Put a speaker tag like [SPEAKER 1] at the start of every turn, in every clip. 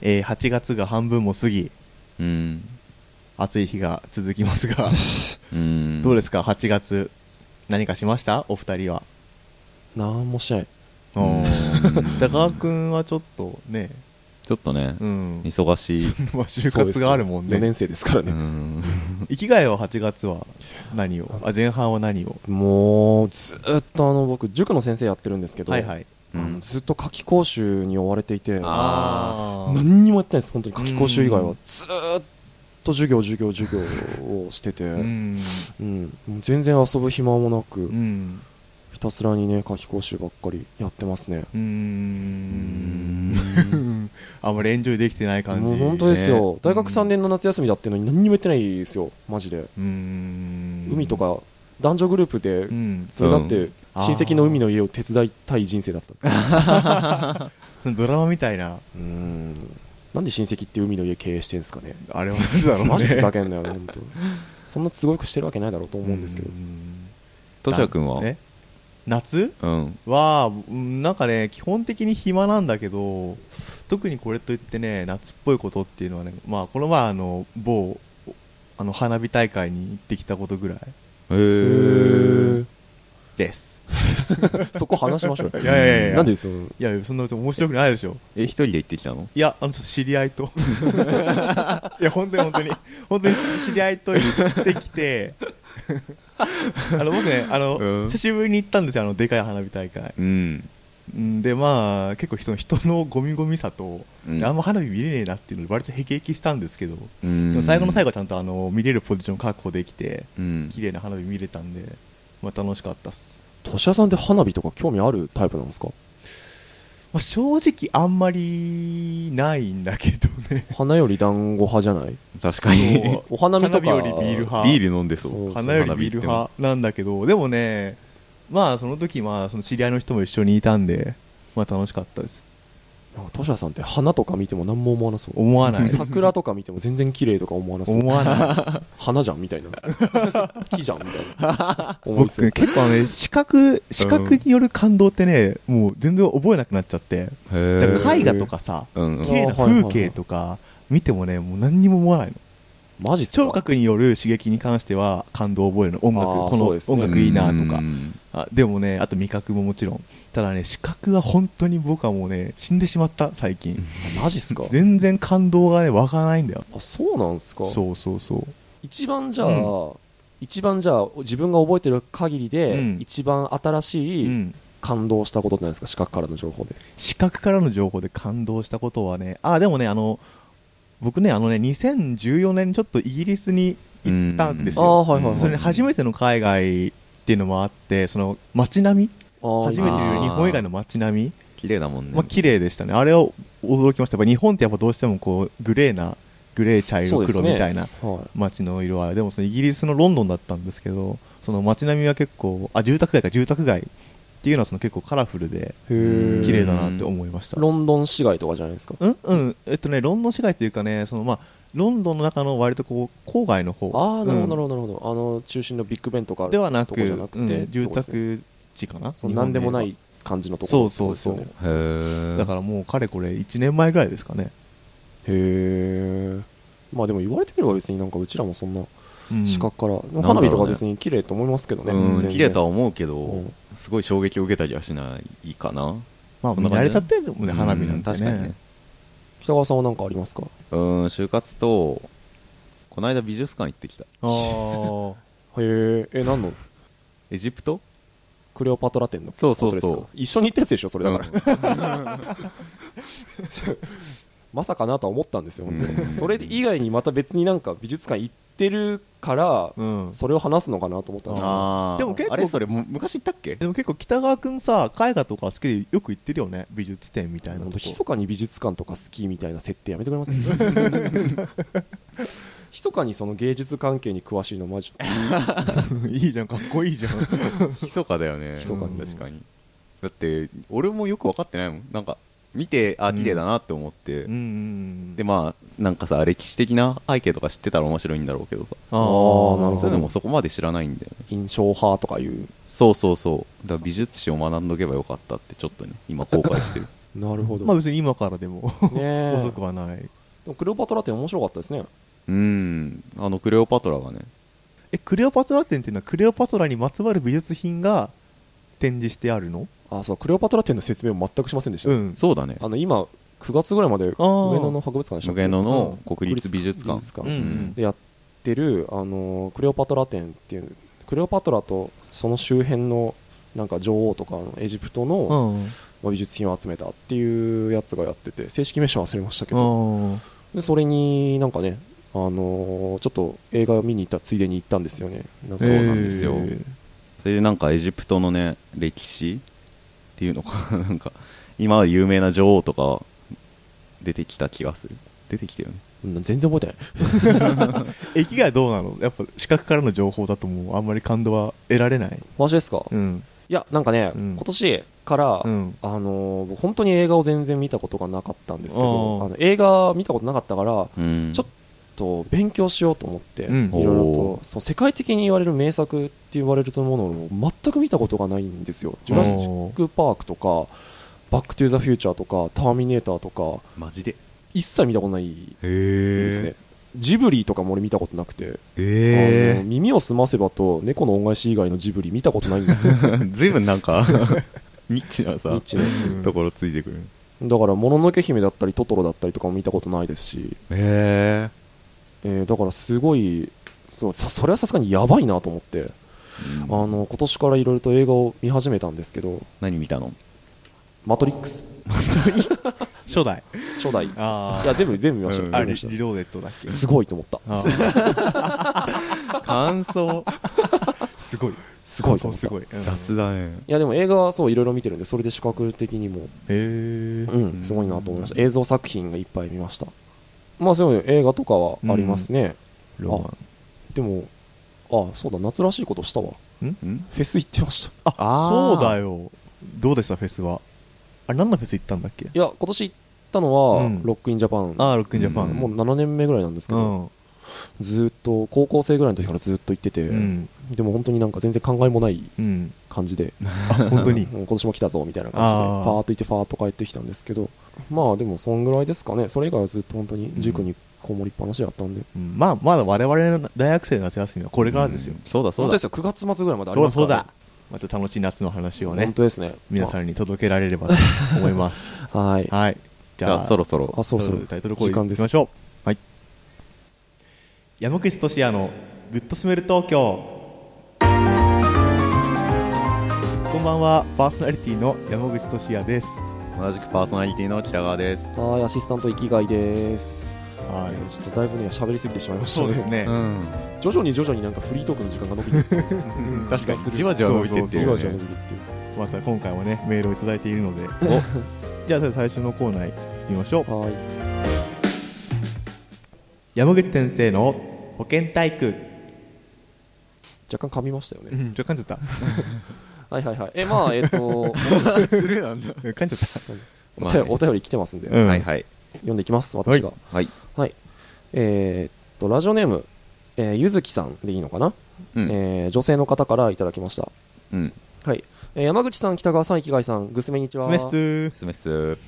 [SPEAKER 1] えー8月が半分も過ぎ
[SPEAKER 2] うん。
[SPEAKER 1] 暑い日が続きます が
[SPEAKER 2] うん。
[SPEAKER 1] どうですすか8月何かしましたお二人は
[SPEAKER 3] なんもしない
[SPEAKER 2] うん
[SPEAKER 1] 高川君はちょっとね
[SPEAKER 2] ちょっとね
[SPEAKER 1] う、ん
[SPEAKER 2] 忙 しい。
[SPEAKER 1] まあ就活があるもん
[SPEAKER 3] 4
[SPEAKER 1] ね
[SPEAKER 3] 年生ですから
[SPEAKER 2] う
[SPEAKER 3] ね、
[SPEAKER 2] ん。
[SPEAKER 1] 生きがいは8月は何をあ前半は何を
[SPEAKER 3] もうずーっとあの僕塾の先生やってるんですけど、
[SPEAKER 1] はいはい
[SPEAKER 3] あ
[SPEAKER 2] う
[SPEAKER 3] の
[SPEAKER 2] ん
[SPEAKER 3] ずっと夏期講習に追われていて
[SPEAKER 2] あ
[SPEAKER 1] あー
[SPEAKER 3] 何にもやってないです本当に夏期講習以外
[SPEAKER 1] う
[SPEAKER 3] は
[SPEAKER 1] ん
[SPEAKER 3] ずーっと授業授業授業をしてて、
[SPEAKER 1] う
[SPEAKER 3] うん
[SPEAKER 1] ん
[SPEAKER 3] もう全然遊ぶ暇もなく、
[SPEAKER 1] うん
[SPEAKER 3] ひたすらにね夏期講習ばっかりやってますね
[SPEAKER 1] うーん あんまりエンジョイできてない感じ
[SPEAKER 3] もう本当ですよ、
[SPEAKER 1] ね
[SPEAKER 3] 大学3年の夏休みだっていうのに何にもやってないですよマジで、
[SPEAKER 1] うーん
[SPEAKER 3] 海とか男女グループで
[SPEAKER 1] うん
[SPEAKER 3] それだって
[SPEAKER 1] あー
[SPEAKER 3] 親戚の海の家を手伝いたい人生だった
[SPEAKER 1] ドラマみたいな
[SPEAKER 3] うんなんで親戚って海の家経営してんすかね
[SPEAKER 1] あれはなんだろうね
[SPEAKER 3] マジふざけ んなよね本当そんな都合よくしてるわけないだろうと思うんですけど
[SPEAKER 2] としゃくんは
[SPEAKER 1] え夏
[SPEAKER 2] うん。
[SPEAKER 1] はうんなんかね基本的に暇なんだけど特にこれといってね夏っぽいことっていうのはねまあこの前あの某あの花火大会に行ってきたことぐらい
[SPEAKER 2] へ
[SPEAKER 3] へ
[SPEAKER 2] ー。
[SPEAKER 3] ー
[SPEAKER 1] です
[SPEAKER 3] そこ話しましょうよ
[SPEAKER 1] いやいやいや
[SPEAKER 3] なんでその
[SPEAKER 1] いやそんな面白くないでしょ
[SPEAKER 2] え、一人で行ってきたの
[SPEAKER 1] いやあのちょっと知り合いといや本当に本当に本当に知り合いと行ってきてあの僕ねあの、
[SPEAKER 2] うん
[SPEAKER 1] 久しぶりに行ったんですよあのでかい花火大会
[SPEAKER 2] うん。
[SPEAKER 1] うんでまあ結構人の人のゴミゴミさと、
[SPEAKER 2] うん
[SPEAKER 1] であんま花火見れねえなっていうので割とへきへきしたんですけど、
[SPEAKER 2] うん
[SPEAKER 1] でも最後の最後はちゃんとあの見れるポジション確保できて
[SPEAKER 2] うん。
[SPEAKER 1] 綺麗な花火見れたんで、まあ、楽しかったっす、
[SPEAKER 3] 土屋さんって花火とか興味あるタイプなんですか
[SPEAKER 1] まあ、正直あんまりないんだけどね
[SPEAKER 3] 花より団子派じゃない
[SPEAKER 2] 確かに。
[SPEAKER 3] お花見とか
[SPEAKER 1] 花火よりビール派
[SPEAKER 2] ビール飲んでそ
[SPEAKER 3] そう
[SPEAKER 2] う。
[SPEAKER 3] そう
[SPEAKER 1] 花よりビール派なんだけどでもねまあその時まあその知り合いの人も一緒にいたんでまあ楽しかったです
[SPEAKER 3] なんかトシャさんって花とか見ても何も思わなそう
[SPEAKER 1] 思わない
[SPEAKER 3] 桜とか見ても全然綺麗とか思わなそう
[SPEAKER 1] 思わない
[SPEAKER 3] 花じゃんみたいな木じゃんみたい な思い
[SPEAKER 1] 僕
[SPEAKER 3] そう
[SPEAKER 1] ね結構あのね視覚視覚による感動ってね、もう全然覚えなくなっちゃって
[SPEAKER 2] へー
[SPEAKER 1] だから絵画とかさ
[SPEAKER 2] うんうん
[SPEAKER 1] 綺麗な風景とか見てもねもう何にも思わないの
[SPEAKER 3] マジっす
[SPEAKER 1] 聴
[SPEAKER 3] か
[SPEAKER 1] 覚による刺激に関しては感動を覚えるの音楽
[SPEAKER 3] あ
[SPEAKER 1] こ
[SPEAKER 3] ー
[SPEAKER 1] の
[SPEAKER 3] そうですね
[SPEAKER 1] 音楽いいなと
[SPEAKER 2] う
[SPEAKER 1] か
[SPEAKER 2] ん
[SPEAKER 1] あでもねあと味覚ももちろんただね視覚は本当に僕はもうね死んでしまった最近
[SPEAKER 3] マジっすか
[SPEAKER 1] 全然感動がね湧かないんだよ
[SPEAKER 3] あそうなんすか
[SPEAKER 1] そうそうそう
[SPEAKER 3] 一番じゃあ、
[SPEAKER 1] う
[SPEAKER 3] 一番じゃあ自分が覚えてる限りで、
[SPEAKER 1] うん
[SPEAKER 3] 一番新
[SPEAKER 1] う
[SPEAKER 3] しい
[SPEAKER 1] ん
[SPEAKER 3] 感動したことってないですか視覚からの情報で
[SPEAKER 1] 視覚からの情報で感動したことはねあでもねあの僕ねあのね2014年にちょっとイギリスに行ったんです
[SPEAKER 3] あ
[SPEAKER 1] よ、
[SPEAKER 3] ーはいはいはい
[SPEAKER 1] それね初めての海外っていうのもあってその街並み
[SPEAKER 3] あー
[SPEAKER 1] 初めて
[SPEAKER 3] いい
[SPEAKER 1] 見
[SPEAKER 3] です
[SPEAKER 1] る
[SPEAKER 3] ね
[SPEAKER 1] 日本以外の街並み
[SPEAKER 2] 綺麗だもんね。
[SPEAKER 1] まあ綺麗でしたねあれは驚きましたやっぱ日本ってやっぱどうしてもこうグレーなグレー茶
[SPEAKER 3] そう
[SPEAKER 1] 色
[SPEAKER 3] です
[SPEAKER 1] 黒
[SPEAKER 3] ね
[SPEAKER 1] みたいな
[SPEAKER 3] はい
[SPEAKER 1] 街の色はでもそのイギリスのロンドンだったんですけどその街並みは結構あ住宅街か住宅街っていうのはその結構カラフルで
[SPEAKER 3] へー
[SPEAKER 1] 綺麗だなって思いました
[SPEAKER 3] ロンドン市街とかじゃないですか
[SPEAKER 1] うんうんえっとねロンドン市街というかねそのまあロンドンの中の割とこう郊外の方
[SPEAKER 3] ああなるほどな
[SPEAKER 1] ほ
[SPEAKER 3] るほどなるほどあの中心のビッグベンとかある
[SPEAKER 1] ではなく
[SPEAKER 3] とこじゃなくて、
[SPEAKER 1] うん住
[SPEAKER 3] そうですね
[SPEAKER 1] 宅地かな
[SPEAKER 3] その何でもない感じのとこ
[SPEAKER 1] そ
[SPEAKER 3] ろ
[SPEAKER 1] うそうそう
[SPEAKER 3] ってこ
[SPEAKER 2] へー
[SPEAKER 1] だからもうかれこれ1年前ぐらいですかね、
[SPEAKER 3] とですよねへえまあでも言われてみれば別になんかうちらもそんな
[SPEAKER 1] うん
[SPEAKER 3] 視覚から、
[SPEAKER 2] ん
[SPEAKER 3] 花火とか別に綺麗と思いますけどね
[SPEAKER 2] う
[SPEAKER 3] 全
[SPEAKER 2] ん、
[SPEAKER 3] 然
[SPEAKER 2] 綺麗とは思うけ
[SPEAKER 3] う
[SPEAKER 2] ど
[SPEAKER 3] ん、
[SPEAKER 2] すごい衝撃を受けたりはしないかな。
[SPEAKER 1] まあ
[SPEAKER 2] そんな感
[SPEAKER 1] 慣
[SPEAKER 2] じ
[SPEAKER 1] れちゃってるもんね花火なんて
[SPEAKER 2] う確かにね
[SPEAKER 1] ね。
[SPEAKER 3] 北川さんは何かありますか
[SPEAKER 2] うん、就活と、この間美術館行ってきた。
[SPEAKER 1] あー
[SPEAKER 3] へえ、え、何の
[SPEAKER 2] エジプト
[SPEAKER 3] クレオパトラ展のこと
[SPEAKER 2] そう
[SPEAKER 3] です
[SPEAKER 2] そ
[SPEAKER 3] か
[SPEAKER 2] うそう
[SPEAKER 3] 一緒に行ったやつでしょ、それだから。
[SPEAKER 2] ら。
[SPEAKER 3] まさかなとは思ったんですよ、本当
[SPEAKER 2] う
[SPEAKER 3] に。
[SPEAKER 2] ん
[SPEAKER 3] それ以外にまた別になんか美術館行ってるから、
[SPEAKER 1] うん
[SPEAKER 3] それを話すのかなと思ったんですけど
[SPEAKER 2] あー
[SPEAKER 1] でも結構
[SPEAKER 2] あれそれ、む昔行ったっけ
[SPEAKER 1] でも結構北川君さ絵画とか好きでよく行ってるよね美術展みたいな
[SPEAKER 3] ほ
[SPEAKER 1] の
[SPEAKER 3] ん
[SPEAKER 1] と
[SPEAKER 3] と
[SPEAKER 1] こ
[SPEAKER 3] 密かに美術館とか好きみたいな設定やめてくれます 密かにその芸術関係に詳しいのマジ
[SPEAKER 1] いいじゃんかっこいいじゃ ん
[SPEAKER 2] 密かだよね。
[SPEAKER 3] 密かに
[SPEAKER 2] 確かに。だって、俺もよく分かってないもん。なんか、見て、あ、綺麗だなって思って
[SPEAKER 1] うんう。ん
[SPEAKER 2] で、まあ、なんかさ、歴史的な背景とか知ってたら面白いんだろうけどさ。
[SPEAKER 1] あ
[SPEAKER 3] ーなるほど
[SPEAKER 2] そういうのもそこまで知らないんだよね。
[SPEAKER 3] 印象派とかいう
[SPEAKER 2] そうそうそう。だから美術史を学んどけばよかったって、ちょっとね、今後悔してる。
[SPEAKER 3] なるほど、
[SPEAKER 1] まあ別に今からでも
[SPEAKER 3] ねえ
[SPEAKER 1] 遅くはない
[SPEAKER 3] でもクレオパトラって面白かったですね
[SPEAKER 2] うんあのクレオパトラがね
[SPEAKER 1] えクレオパトラ展っていうのはクレオパトラにまつわる美術品が展示してあるの
[SPEAKER 3] あそうクレオパトラ展の説明を全くしませんでした、
[SPEAKER 1] うん
[SPEAKER 2] そうだね
[SPEAKER 3] あの今9月ぐらいまで上野の博物館でしたっけ
[SPEAKER 2] 無限野の国立美術
[SPEAKER 3] 美
[SPEAKER 2] 館
[SPEAKER 3] 術
[SPEAKER 1] う
[SPEAKER 3] 館
[SPEAKER 1] ん
[SPEAKER 3] でやってる、あのクレオパトラ展っていうクレオパトラとその周辺のなんか女王とかのエジプトの、
[SPEAKER 1] うんうん
[SPEAKER 3] まあ美術品を集めたっていうやつがやってて正式名称忘れましたけ
[SPEAKER 1] う
[SPEAKER 3] ど、
[SPEAKER 1] ん
[SPEAKER 3] でそれになんかね、あのーちょっと映画見に行ったついでに行ったんですよねなんか
[SPEAKER 2] そうなんですよ
[SPEAKER 1] えー
[SPEAKER 2] それでなんかエジプトのね歴史っていうのか なんか今は有名な女王とか出てきた気がする出てきたよね
[SPEAKER 3] うん全然覚えてない
[SPEAKER 1] 駅がどうなのやっぱ視覚からの情報だともうあんまり感動は得られない
[SPEAKER 3] マジですか、い
[SPEAKER 1] うん
[SPEAKER 3] やなんかね、
[SPEAKER 1] うん
[SPEAKER 3] 今年から、
[SPEAKER 1] うん
[SPEAKER 3] あのー僕本当に映画を全然見たことがなかったんですけ
[SPEAKER 1] あ
[SPEAKER 3] ど
[SPEAKER 1] ー
[SPEAKER 3] あの映画見たことなかったから
[SPEAKER 2] うん
[SPEAKER 3] ちょっと勉強しようと思って、
[SPEAKER 1] うん
[SPEAKER 3] いろいろ
[SPEAKER 2] お
[SPEAKER 3] とそう世界的に言われる名作って言われるものを全く見たことがないんですよ「ジュラシック・パーク」とか「バック・トゥ・ザ・フューチャー」とか「ターミネーター」とか
[SPEAKER 2] マジでへ
[SPEAKER 3] 一切見たことないですね
[SPEAKER 2] え
[SPEAKER 3] ジブリとかも俺見たことなくて、あの
[SPEAKER 2] え
[SPEAKER 3] 耳を澄ませばと猫の恩返し以外のジブリ見たことないんですよ
[SPEAKER 2] ずいぶんなん かニッチなさ
[SPEAKER 3] ニッチなや
[SPEAKER 1] うん
[SPEAKER 2] ところついてくる
[SPEAKER 3] だから「もののけ姫」だったり「トトロ」だったりとかも見たことないですし、
[SPEAKER 2] へえ
[SPEAKER 3] えーだからすごいそうさそれはさすがにやばいなと思ってあの今年からいろいろと映画を見始めたんですけど
[SPEAKER 2] 何見たの
[SPEAKER 3] 「マトリックス
[SPEAKER 1] 初代」
[SPEAKER 3] 初代い
[SPEAKER 1] ああ
[SPEAKER 3] や全部全部 見ました、
[SPEAKER 2] うん
[SPEAKER 3] 全
[SPEAKER 1] あ
[SPEAKER 3] 部見
[SPEAKER 1] リ
[SPEAKER 3] ま
[SPEAKER 1] リ
[SPEAKER 3] し
[SPEAKER 1] ローデッドだっけ
[SPEAKER 3] たすごいと思った
[SPEAKER 1] あー
[SPEAKER 2] 感 想
[SPEAKER 1] すごい
[SPEAKER 3] すごいと
[SPEAKER 1] そう
[SPEAKER 3] 思った
[SPEAKER 1] すごいう
[SPEAKER 3] い
[SPEAKER 1] ん
[SPEAKER 2] 雑だね
[SPEAKER 3] やでも映画はそういろいろ見てるんでそれで視覚的にも
[SPEAKER 1] へえ
[SPEAKER 3] うんすごいなと思いました映像作品がいっぱい見ましたまあそういう映画とかはありますね、
[SPEAKER 1] ロマン
[SPEAKER 3] でもあそうだ夏らしいことしたわ
[SPEAKER 2] うん
[SPEAKER 3] フェス行ってました
[SPEAKER 1] あ
[SPEAKER 2] あー
[SPEAKER 1] そうだよどうでしたフェスはあれ何のフェス行ったんだっけ
[SPEAKER 3] いや今年行ったのは、
[SPEAKER 1] うん
[SPEAKER 3] ロックインジャパン
[SPEAKER 1] ああロックインジャパン
[SPEAKER 3] もう7年目ぐらいなんですけ
[SPEAKER 1] う
[SPEAKER 3] ど、
[SPEAKER 1] ん
[SPEAKER 3] ずーっと高校生ぐらいの時からずーっと行ってて、
[SPEAKER 1] うん
[SPEAKER 3] でも本当になんか全然考えもない
[SPEAKER 1] うん
[SPEAKER 3] 感じで
[SPEAKER 1] あ本当 に
[SPEAKER 3] うん今年も来たぞみたいな感じで
[SPEAKER 1] あ
[SPEAKER 3] パ
[SPEAKER 1] ー
[SPEAKER 3] ーッと行ってファーッと帰ってきたんですけどまあでもそんぐらいですかねそれ以外はずっと本当に塾にこもりっぱなしだったんで、
[SPEAKER 1] うんまあまだ我々の大学生の夏休みはこれからですよ
[SPEAKER 2] うんそうだそ
[SPEAKER 3] そうう
[SPEAKER 2] だ
[SPEAKER 3] ですよ9月末ぐらいまであ
[SPEAKER 1] そ
[SPEAKER 3] り
[SPEAKER 1] うだ
[SPEAKER 3] ますか
[SPEAKER 1] そう
[SPEAKER 3] ら、ね
[SPEAKER 1] だ、また楽しい夏の話をね
[SPEAKER 3] 本当ですね
[SPEAKER 1] 皆さんに届けられればと思います
[SPEAKER 3] まあ はい
[SPEAKER 1] はいじ
[SPEAKER 2] じ
[SPEAKER 1] ゃ
[SPEAKER 2] ゃ
[SPEAKER 1] あ
[SPEAKER 2] あそろそろ
[SPEAKER 3] あそうそう
[SPEAKER 1] タイトルコール
[SPEAKER 3] 時間で
[SPEAKER 1] いきますしょうはい山口俊也の「グッドスメル東京」こんばんはパーソナリティの山口俊也です
[SPEAKER 2] 同じくパーソナリティの北川です
[SPEAKER 3] はいアシスタント生きがいです、
[SPEAKER 1] はい
[SPEAKER 3] えーちょっとだいぶね喋りすぎてしまいました
[SPEAKER 1] そう
[SPEAKER 3] ね
[SPEAKER 1] ですね、
[SPEAKER 2] ん
[SPEAKER 3] 徐々に徐々になんかフリートークの時間が伸びてって
[SPEAKER 2] 確かにじわじわ伸びてって
[SPEAKER 3] じ
[SPEAKER 2] る
[SPEAKER 3] わ
[SPEAKER 2] よ
[SPEAKER 3] じわ伸
[SPEAKER 2] ね
[SPEAKER 3] びてっていう
[SPEAKER 1] また今回もねメールをいただいているのでじゃあ最初のコーナー行きましょう
[SPEAKER 3] はい
[SPEAKER 1] 山口先生の保健体育、
[SPEAKER 3] 若干噛みましたよね、
[SPEAKER 1] うん、ちょ噛んじゃった
[SPEAKER 3] はいはいはいえまあえ っ、と
[SPEAKER 2] するなんだ
[SPEAKER 1] うん噛んじゃった
[SPEAKER 3] お便りお便り来てますんで、
[SPEAKER 1] うん
[SPEAKER 2] はいはい
[SPEAKER 3] 読んでいきます私が、
[SPEAKER 2] はい
[SPEAKER 3] えーっとラジオネーム、えーゆずきさんでいいのかな、
[SPEAKER 2] うん
[SPEAKER 3] えー女性の方からいただきました、
[SPEAKER 2] うん
[SPEAKER 3] はいえー山口さん北川さん生きがいさんぐすめにちは
[SPEAKER 1] スメッス
[SPEAKER 2] スメッス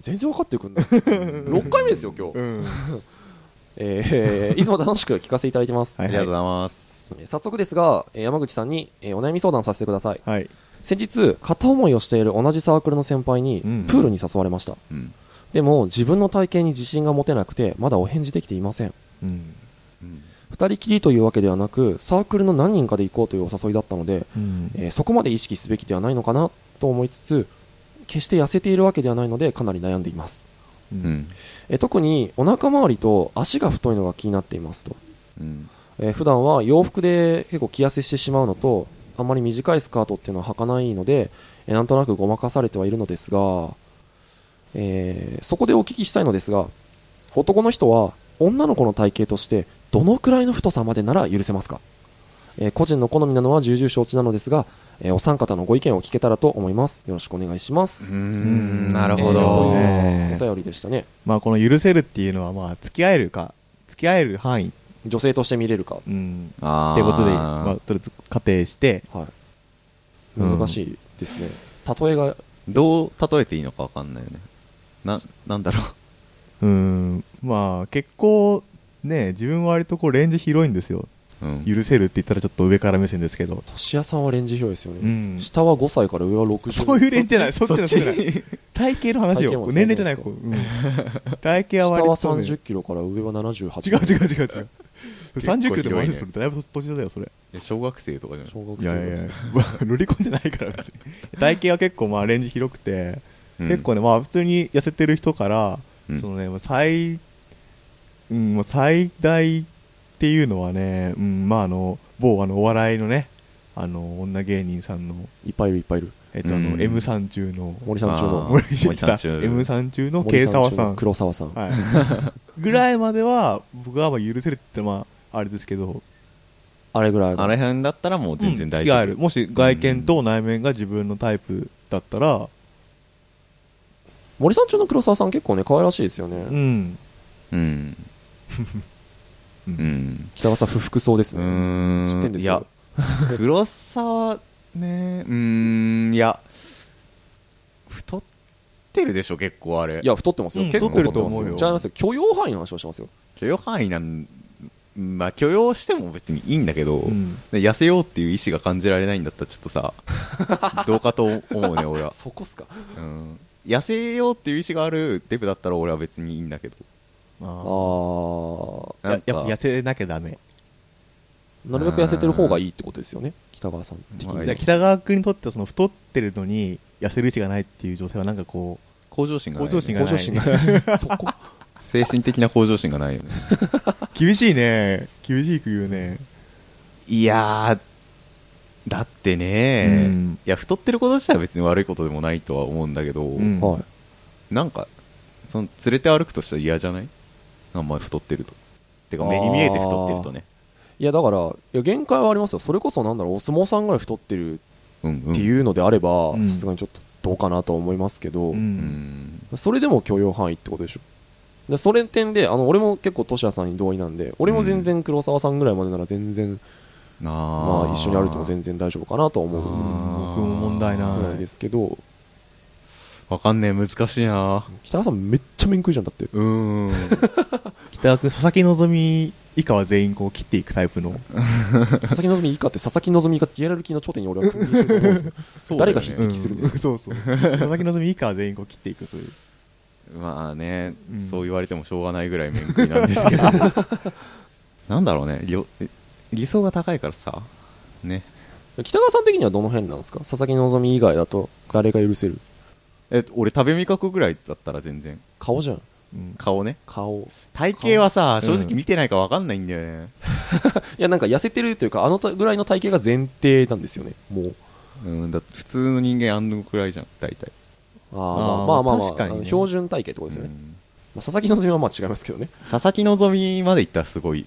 [SPEAKER 3] 全然分かってくんない 6回目ですよ今日、
[SPEAKER 1] ん
[SPEAKER 3] えーいつも楽しく聞かせていただいてます、
[SPEAKER 1] はい
[SPEAKER 2] ありがとうございます
[SPEAKER 3] えー早速ですが、えー山口さんに、えーお悩み相談させてください
[SPEAKER 1] はい
[SPEAKER 3] 先日片思いをしている同じサークルの先輩に
[SPEAKER 1] うん
[SPEAKER 3] プールに誘われました、
[SPEAKER 2] うん
[SPEAKER 3] でも自分の体型に自信が持てなくてまだお返事できていません
[SPEAKER 1] うん
[SPEAKER 2] うん
[SPEAKER 3] 2人きりというわけではなくサークルの何人かで行こうというお誘いだったので、
[SPEAKER 1] うん
[SPEAKER 3] えーそこまで意識すべきではないのかなと思いつつ決して痩せているわけではないのでかなり悩んでいます、
[SPEAKER 2] うん
[SPEAKER 3] えー特にお腹周りと足が太いのが気になっていますと、
[SPEAKER 2] うん
[SPEAKER 3] えー普段は洋服で結構着痩せしてしまうのとあまり短いスカートっていうのは履かないので、えーなんとなくごまかされてはいるのですが、えーそこでお聞きしたいのですが男の人は女の子の体型としてどのくらいの太さまでなら許せますか、えー個人の好みなのは重々承知なのですが、えーお三方のご意見を聞けたらと思いますよろしくお願いします、
[SPEAKER 1] んなる
[SPEAKER 3] えー
[SPEAKER 1] ほど
[SPEAKER 3] という
[SPEAKER 1] ね
[SPEAKER 3] お便りでしたね
[SPEAKER 1] まあこの許せるっていうのはまあ付き合えるか付き合える範囲、
[SPEAKER 3] 女性として見れるか、
[SPEAKER 1] うん、
[SPEAKER 2] あー
[SPEAKER 1] っていうことでまあとりあえず仮定して
[SPEAKER 3] はい、
[SPEAKER 1] うん
[SPEAKER 3] 難しいですね、例えが
[SPEAKER 2] どう例えていいのかわかんないよねななんだろ
[SPEAKER 1] うんまあ結構ね自分は割とこうレンジ広いんですよ
[SPEAKER 2] う、うん、
[SPEAKER 1] 許せるって言ったらちょっと上から目線ですけど、
[SPEAKER 3] 年屋さんはレンジ広いですよね、
[SPEAKER 1] うん、
[SPEAKER 3] 下は5歳から上は60
[SPEAKER 1] そういうレンジじゃないそっちのそっちじゃない
[SPEAKER 2] に
[SPEAKER 1] 体型の話よ
[SPEAKER 3] 体型も
[SPEAKER 1] こう年齢じゃないこう、うん体型
[SPEAKER 3] 下
[SPEAKER 1] は
[SPEAKER 3] は
[SPEAKER 1] 割と、
[SPEAKER 3] 3
[SPEAKER 1] ね、
[SPEAKER 3] 0キロから上は78
[SPEAKER 1] 違う違う違う違う
[SPEAKER 2] 結構
[SPEAKER 1] 30キロでもあれです
[SPEAKER 2] 広い
[SPEAKER 1] よだいぶ年下だよそれ
[SPEAKER 2] 小学生とかじゃない
[SPEAKER 3] 小学
[SPEAKER 1] い
[SPEAKER 3] 生
[SPEAKER 1] やい
[SPEAKER 3] で
[SPEAKER 1] やい
[SPEAKER 3] す
[SPEAKER 1] やまあロリコンじゃないから別に体型は結構まあレンジ広くて、
[SPEAKER 2] うん
[SPEAKER 1] 結構ねまあ普通に痩せてる人から、
[SPEAKER 2] うん
[SPEAKER 1] そのね最、うん、もう最大っていうのはね、うん、まああの某あのお笑いのねあの女芸人さんの
[SPEAKER 3] いっぱいいるいっぱいいる
[SPEAKER 1] えっとあ
[SPEAKER 2] う
[SPEAKER 1] の
[SPEAKER 2] ん
[SPEAKER 1] M さん中の
[SPEAKER 3] 森さん中
[SPEAKER 2] あ
[SPEAKER 3] の
[SPEAKER 2] ー
[SPEAKER 1] 森下
[SPEAKER 2] 森さん中
[SPEAKER 1] M さん中の
[SPEAKER 3] 森
[SPEAKER 1] 慶
[SPEAKER 3] さ中
[SPEAKER 1] 沢
[SPEAKER 3] の
[SPEAKER 1] さん
[SPEAKER 3] 黒沢さん、
[SPEAKER 1] はい、ぐらいまでは僕はまあ許せるってまああれですけど
[SPEAKER 3] あれぐらい
[SPEAKER 2] あ
[SPEAKER 3] が
[SPEAKER 2] れ辺だったらもう全然大丈
[SPEAKER 1] うん付き合
[SPEAKER 2] 夫、
[SPEAKER 1] えるもし外見と内面が自分のタイプだったら
[SPEAKER 3] 森さん中の黒沢さん結構ね可愛らしいですよね、
[SPEAKER 1] うん
[SPEAKER 2] うんう
[SPEAKER 1] うん
[SPEAKER 2] ん
[SPEAKER 3] 北川さん不服そうです
[SPEAKER 2] う
[SPEAKER 3] ね、
[SPEAKER 2] ーん
[SPEAKER 3] 知ってんです
[SPEAKER 2] いや
[SPEAKER 3] よ
[SPEAKER 2] 黒沢ねうーんいや太ってるでしょ結構あれ
[SPEAKER 3] いや太ってますよ、
[SPEAKER 1] うん
[SPEAKER 3] 結構
[SPEAKER 2] 太ってる
[SPEAKER 3] 太
[SPEAKER 2] と
[SPEAKER 3] って
[SPEAKER 2] 思
[SPEAKER 3] ます
[SPEAKER 2] うよ
[SPEAKER 3] よじゃあいますよ許容範囲の話をしてますよ
[SPEAKER 2] 許容範囲なんまあ許容しても別にいいんだけど、
[SPEAKER 1] うん
[SPEAKER 2] で痩せようっていう意思が感じられないんだったらちょっと さどうかと思うね俺は、
[SPEAKER 3] そこっすか
[SPEAKER 2] うん、痩せようっていう意思があるデブだったら俺は別にいいんだけど
[SPEAKER 3] あ
[SPEAKER 1] あ
[SPEAKER 3] ー
[SPEAKER 1] あ
[SPEAKER 2] なん
[SPEAKER 1] や
[SPEAKER 2] か
[SPEAKER 1] やっぱ痩せなきゃダメ
[SPEAKER 3] なるべく痩せてる方がいいってことですよね北川さん的
[SPEAKER 2] は
[SPEAKER 3] に
[SPEAKER 2] い
[SPEAKER 1] じゃあ北川君にとってはその太ってるのに痩せる位置がないっていう女性はなんかこ
[SPEAKER 2] 向上心がない、ね、
[SPEAKER 1] 向上心が
[SPEAKER 3] 向
[SPEAKER 1] ない
[SPEAKER 3] 上心が そこ
[SPEAKER 2] 精神的な向上心がないよね
[SPEAKER 1] う厳しいね厳しいく言うね
[SPEAKER 2] いやーだってね、
[SPEAKER 1] うん
[SPEAKER 2] いや太ってること自体は別に悪いことでもないとは思うんだけど、
[SPEAKER 1] ん
[SPEAKER 3] はい
[SPEAKER 2] なんかその連れて歩くとしたら嫌じゃないあんまり太ってるとてか
[SPEAKER 3] あー
[SPEAKER 2] 目に見えて太ってるとね
[SPEAKER 3] いやだからいや限界はありますよそれこそなんだろうお相撲さんぐらい太ってる
[SPEAKER 2] うんうん
[SPEAKER 3] っていうのであれば
[SPEAKER 1] うん
[SPEAKER 3] さすがにちょっとどうかなとは思いますけど、
[SPEAKER 1] う
[SPEAKER 2] うんん
[SPEAKER 3] それでも許容範囲ってことでしょでそれの点であの俺も結構トシヤさんに同意なんで俺も全然黒沢さんぐらいまでなら全然、
[SPEAKER 2] あー
[SPEAKER 3] まあ、一緒に歩いても全然大丈夫かなとは思
[SPEAKER 1] 僕
[SPEAKER 3] う
[SPEAKER 2] あー
[SPEAKER 1] も問題な
[SPEAKER 3] ぐらいですけど
[SPEAKER 2] わかんねえ難しいな
[SPEAKER 3] 北川さんめっちゃ面食いじゃんだ って
[SPEAKER 2] う ーん
[SPEAKER 1] 北川君佐々木希以下は全員こう切っていくタイプの
[SPEAKER 3] 佐々木希以下って佐々木希がリアルキーの頂点に俺は君臨してると思うんですよ
[SPEAKER 2] そうだよね
[SPEAKER 3] 誰が匹敵するんですか、
[SPEAKER 1] そうそう佐々木希以下は全員こう切っていくという
[SPEAKER 2] まあね、
[SPEAKER 1] うん
[SPEAKER 2] そう言われてもしょうがないぐらい面食いなんですけどなんだろうねりょ理想が高いからさね
[SPEAKER 3] 北川さん的にはどの辺なんですか佐々木希以外だと誰が許せる
[SPEAKER 2] え俺食べ味覚ぐらいだったら全然
[SPEAKER 3] 顔じゃん
[SPEAKER 1] うん
[SPEAKER 2] 顔ね
[SPEAKER 3] 顔
[SPEAKER 2] 体型はさ
[SPEAKER 1] 顔
[SPEAKER 2] 正直見てないからわかんないんだよね
[SPEAKER 3] いやなんか痩せてるというかあのぐらいの体型が前提なんですよねもう
[SPEAKER 2] うん、だって普通の人間あんのくらいじゃん大体
[SPEAKER 3] あー
[SPEAKER 1] あー
[SPEAKER 3] まあまあまあ
[SPEAKER 1] 確かにね
[SPEAKER 3] あの標準体型ってことですよ
[SPEAKER 2] う
[SPEAKER 3] ね、
[SPEAKER 2] ん
[SPEAKER 3] まあ、佐々木希はまあ違いますけどね、
[SPEAKER 2] 佐々木希まで行ったらすごい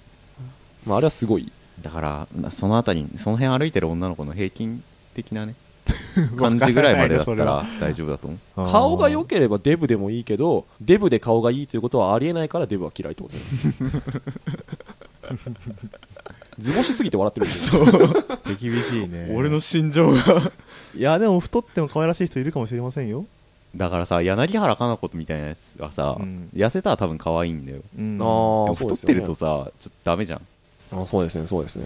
[SPEAKER 3] まあ、あれはすごい
[SPEAKER 2] だからなそのあたりその辺歩いてる女の子の平均的 なね感じぐらいまでだったら大丈夫だと思う
[SPEAKER 3] 顔が良ければデブでもいいけどデブで顔がいいということはありえないからデブは嫌いってことね 図星すぎて笑ってるんですよ
[SPEAKER 1] 手厳しいね
[SPEAKER 2] 心情が
[SPEAKER 1] いやでも太っても可愛らしい人いるかもしれませんよ
[SPEAKER 2] だからさ柳原加奈子みたいなやつはさ、
[SPEAKER 1] うん
[SPEAKER 2] 痩せたら多分可愛いんだよ
[SPEAKER 1] うん
[SPEAKER 3] あ
[SPEAKER 2] で
[SPEAKER 3] ー
[SPEAKER 2] も
[SPEAKER 3] そ
[SPEAKER 2] 太
[SPEAKER 3] うで
[SPEAKER 2] っ
[SPEAKER 3] す
[SPEAKER 2] て
[SPEAKER 3] よね
[SPEAKER 2] るとさちょっとダメじゃん
[SPEAKER 3] あそうですねそうですね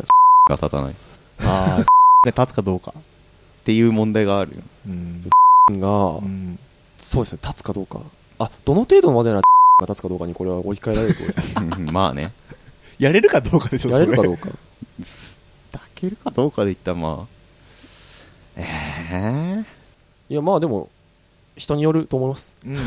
[SPEAKER 2] が立たないっ
[SPEAKER 1] ああ立つかどうか
[SPEAKER 2] ていう問題があるよ
[SPEAKER 1] うん
[SPEAKER 3] が
[SPEAKER 1] うん
[SPEAKER 3] そうですね立つかどうかあどの程度までならが立つかどうかにこれは置き換えられるって ことですね
[SPEAKER 2] まあね
[SPEAKER 1] やれるかどうかでしょ
[SPEAKER 3] やれるか
[SPEAKER 1] それ
[SPEAKER 3] どうか
[SPEAKER 2] 抱けるかどうかでいったらまあえ
[SPEAKER 3] いやまあでも人によると思います
[SPEAKER 1] うん
[SPEAKER 2] え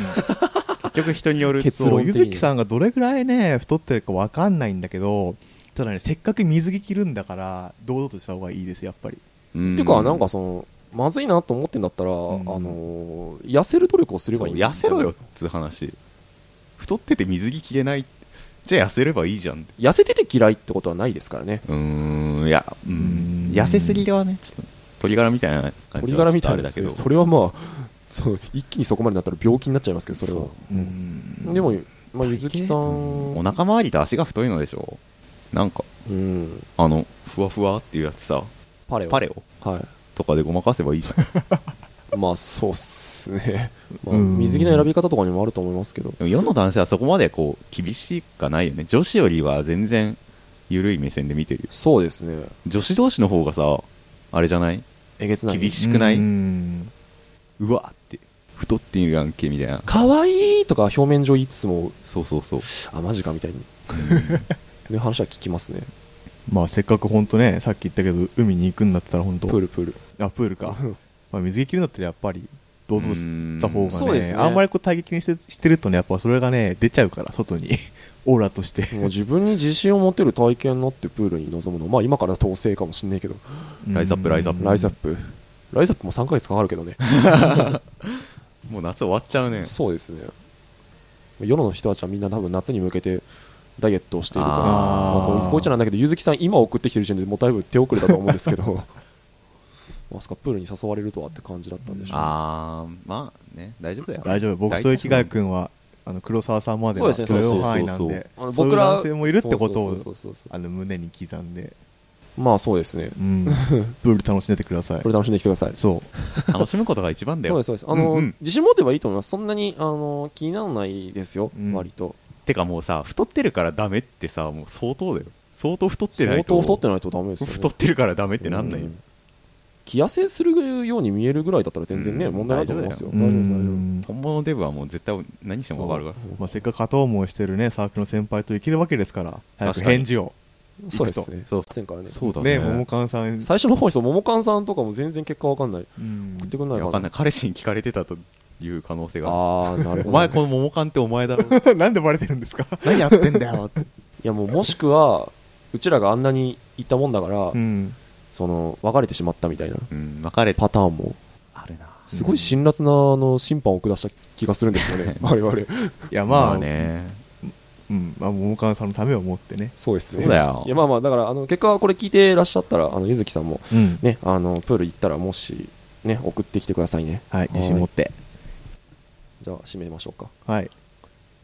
[SPEAKER 2] 結局人による
[SPEAKER 3] 結
[SPEAKER 2] そう
[SPEAKER 1] そう
[SPEAKER 3] 論
[SPEAKER 1] ゆ
[SPEAKER 3] 的に
[SPEAKER 1] ずきさんがどれぐらいね太ってるかわかんないんだけどただねせっかく水着着るんだから堂々とした方がいいですやっぱり
[SPEAKER 2] うん
[SPEAKER 3] っていうか、なんかその、まずいなと思ってんだったら、
[SPEAKER 1] ん
[SPEAKER 3] あのー痩せる努力をすればいいんじゃ
[SPEAKER 2] そう
[SPEAKER 3] な
[SPEAKER 2] 痩
[SPEAKER 3] い
[SPEAKER 2] せろよっ。つう話太ってて水着着れないじゃあ痩せればいいじゃんって
[SPEAKER 3] 痩せてて嫌いってことはないですからね。
[SPEAKER 2] うーんいやうーん
[SPEAKER 1] うーん
[SPEAKER 2] 痩せすぎではねちょっと鳥柄みたいな感じ
[SPEAKER 3] 鶏ガラみたい
[SPEAKER 2] な
[SPEAKER 3] な
[SPEAKER 2] だけ
[SPEAKER 3] だけ
[SPEAKER 2] ど
[SPEAKER 3] ど、それはまあ、そう一気にそこまでになったら病気になっちゃいますけど、それは。
[SPEAKER 1] うん
[SPEAKER 3] でも、まあ、ゆずきさ
[SPEAKER 2] うんお
[SPEAKER 3] ん、
[SPEAKER 2] 腹周りと足が太いのでしょなんか
[SPEAKER 3] うん、
[SPEAKER 2] あのふわふわっていうやつさ
[SPEAKER 3] パレオ。
[SPEAKER 2] パレオ
[SPEAKER 3] はい。
[SPEAKER 2] とかでごまかせばいいじゃん
[SPEAKER 3] まあそうっすね、 まあ、
[SPEAKER 1] うん
[SPEAKER 3] 水着の選び方とかにもあると思いますけど
[SPEAKER 2] でも世の男性はそこまでこう厳しくはないよね女子よりは全然緩い目線で見てる
[SPEAKER 3] そうですね
[SPEAKER 2] 女子同士の方がさあれじゃない
[SPEAKER 3] えげつない
[SPEAKER 2] 厳しくない
[SPEAKER 1] うん
[SPEAKER 2] うわって太っているやんけみたいな
[SPEAKER 3] 可愛いとか表面上言いつつも
[SPEAKER 2] そうそうそう
[SPEAKER 3] あマジかみたいに ね話は聞きますね
[SPEAKER 1] まあせっかく本当ねさっき言ったけど海に行くんだったら本当
[SPEAKER 3] プールプール
[SPEAKER 1] あプールか、まあ、水着着るんだったらやっぱり堂々とした方
[SPEAKER 2] うん
[SPEAKER 3] そ
[SPEAKER 1] が
[SPEAKER 3] う
[SPEAKER 1] ね
[SPEAKER 3] ですね
[SPEAKER 1] あんまりこう体撃にしてしてるとねやっぱそれがね出ちゃうから外に オーラとして
[SPEAKER 3] もう自分に自信を持てる体験になってプールに臨むのまあ今から統制かもしんねえけど
[SPEAKER 2] ライズアップライズアップ
[SPEAKER 3] ライズアップライズアップも3ヶ月かかるけどね
[SPEAKER 2] もう夏終わっちゃうね
[SPEAKER 3] そうですね世の人たちはみんな多分夏に向けてダイエットをしているから
[SPEAKER 2] あー
[SPEAKER 3] まあ、こうこう言っちゃなんだけどゆずきさん今送ってきてる時点でもうだいぶ手遅れだと思うんですけどまさかプールに誘われるとはって感じだったんでしょうね
[SPEAKER 2] あーまあね大丈夫だよ
[SPEAKER 1] 大丈夫僕と生き君はあの黒沢さんまで
[SPEAKER 3] そう
[SPEAKER 1] は
[SPEAKER 3] ですね
[SPEAKER 1] れ
[SPEAKER 3] そう
[SPEAKER 1] を
[SPEAKER 3] そう
[SPEAKER 1] 範囲なんで
[SPEAKER 3] あの
[SPEAKER 1] そういう
[SPEAKER 3] 僕ら
[SPEAKER 1] 男性もいるってことを
[SPEAKER 3] そうそうそうそう
[SPEAKER 1] あの胸に刻んで、
[SPEAKER 3] まあそうですね
[SPEAKER 1] うん、プール楽しんでてください
[SPEAKER 3] これ楽しんできてください
[SPEAKER 1] そう
[SPEAKER 2] 楽しむことが一番だ
[SPEAKER 3] そ
[SPEAKER 2] よ
[SPEAKER 3] うですそうですあの、
[SPEAKER 1] うんうん
[SPEAKER 3] 自信持てばいいと思いますそんなにあの気にならないですよ、
[SPEAKER 1] うん
[SPEAKER 3] 割と
[SPEAKER 2] てかもうさ太ってるからダメってさもう相当だよ相当太ってな
[SPEAKER 3] 相
[SPEAKER 2] いと
[SPEAKER 3] 当太ってないとダメですよ、ね、
[SPEAKER 2] 太ってるからダメってなんないよ
[SPEAKER 3] う気痩せするように見えるぐらいだったら全然ね、
[SPEAKER 2] うん
[SPEAKER 3] 問題ないと思いますよ
[SPEAKER 1] う
[SPEAKER 3] 大丈夫です大丈夫
[SPEAKER 1] ん
[SPEAKER 2] 本物デブはもう絶対何しても分かるか
[SPEAKER 1] まあ、せっかく片思いしてるねサークルの先輩と生きるわけですから早く
[SPEAKER 2] 確かに
[SPEAKER 1] 返事を
[SPEAKER 3] そうですね
[SPEAKER 2] そう
[SPEAKER 3] せんからね
[SPEAKER 2] らそうだ
[SPEAKER 1] ね
[SPEAKER 2] ね
[SPEAKER 1] ももかんさん、
[SPEAKER 3] 最初の方にそう、ももかんさんとかも全然結果わかんない。
[SPEAKER 1] うん
[SPEAKER 3] 送ってくんない
[SPEAKER 2] 分
[SPEAKER 3] か
[SPEAKER 2] か
[SPEAKER 3] なん
[SPEAKER 2] ない彼氏に聞かれてたという可能性が
[SPEAKER 3] ああ、なるほど。
[SPEAKER 2] お前この桃缶ってお前だろ
[SPEAKER 1] なんでバレてるんですか
[SPEAKER 2] 何やってんだよ
[SPEAKER 3] いやもう、もしくは、うちらがあんなに言ったもんだから、
[SPEAKER 1] うん
[SPEAKER 3] その、別れてしまったみたいな
[SPEAKER 2] うん別れ
[SPEAKER 3] パターンも、
[SPEAKER 2] あるな
[SPEAKER 3] すごい辛辣な、あの、審判を下した気がするんですよ ね。我々。
[SPEAKER 1] いやまあ、
[SPEAKER 2] まあね
[SPEAKER 1] うんまあ、ももかんさんのためを思ってね、
[SPEAKER 3] そうですね。
[SPEAKER 2] そうだよ
[SPEAKER 3] いや、まあまあ、だから、あの、結果これ聞いてらっしゃったら、あの、ゆずきさんも、
[SPEAKER 1] うん
[SPEAKER 3] ね、あの、プール行ったら、もし、ね、送ってきてくださいね。
[SPEAKER 1] はい、自信持って、
[SPEAKER 3] じゃあ、締めましょうか。
[SPEAKER 1] はい、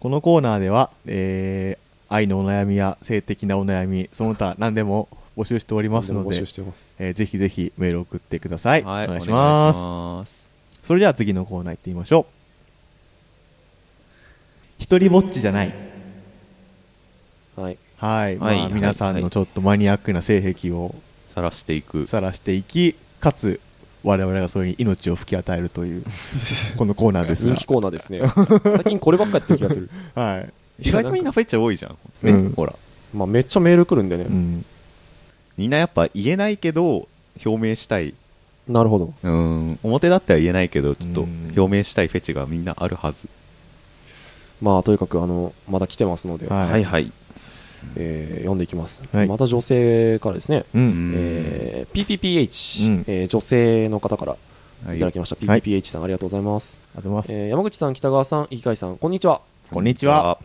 [SPEAKER 1] このコーナーでは、えー愛のお悩みや性的なお悩みその他何でも募集しておりますの
[SPEAKER 3] 何も募
[SPEAKER 1] で
[SPEAKER 3] 集してます。
[SPEAKER 1] えーぜひぜひメール送ってください、
[SPEAKER 2] はい
[SPEAKER 1] お願いします
[SPEAKER 2] お願いします
[SPEAKER 1] それでは次のコーナー行ってみましょう一人ぼっちじゃない
[SPEAKER 3] はい。
[SPEAKER 1] はい、
[SPEAKER 2] はい
[SPEAKER 1] ま
[SPEAKER 2] は
[SPEAKER 1] あ、
[SPEAKER 2] い
[SPEAKER 1] 皆さんのちょっとマニアックな性癖を
[SPEAKER 2] さらしていく
[SPEAKER 1] さらしていきかつ我々がそれに命を吹き与えると いうこのコーナーです
[SPEAKER 3] 人
[SPEAKER 1] が
[SPEAKER 3] 気、コーナーですね。 最近こればっかやってる気が する。
[SPEAKER 1] はい
[SPEAKER 2] 意外とみんなフェチ多いじゃん、ね
[SPEAKER 1] うん
[SPEAKER 2] ほら
[SPEAKER 3] まあ、めっちゃメール来るんでね。
[SPEAKER 1] うん、
[SPEAKER 2] みんなやっぱ言えないけど表明したい
[SPEAKER 3] なるほど。
[SPEAKER 2] うん表だっては言えないけどちょっと
[SPEAKER 1] うん
[SPEAKER 2] 表明したいフェチがみんなあるはず
[SPEAKER 3] まあ、とにかく、あの、まだ来てますので、
[SPEAKER 1] はい
[SPEAKER 2] はい
[SPEAKER 3] えー読んでいきます、
[SPEAKER 1] はい
[SPEAKER 3] また女性からですね。
[SPEAKER 1] うん
[SPEAKER 3] えー PPPH、
[SPEAKER 1] うん
[SPEAKER 3] えー女性の方から
[SPEAKER 2] はい
[SPEAKER 3] いただきました。
[SPEAKER 1] はい
[SPEAKER 3] PPPH さん、ありがとうございます。
[SPEAKER 1] ありがとうございます、
[SPEAKER 3] えー山口さん、北川さん、飯海さん、こんにちは。
[SPEAKER 1] こんにちは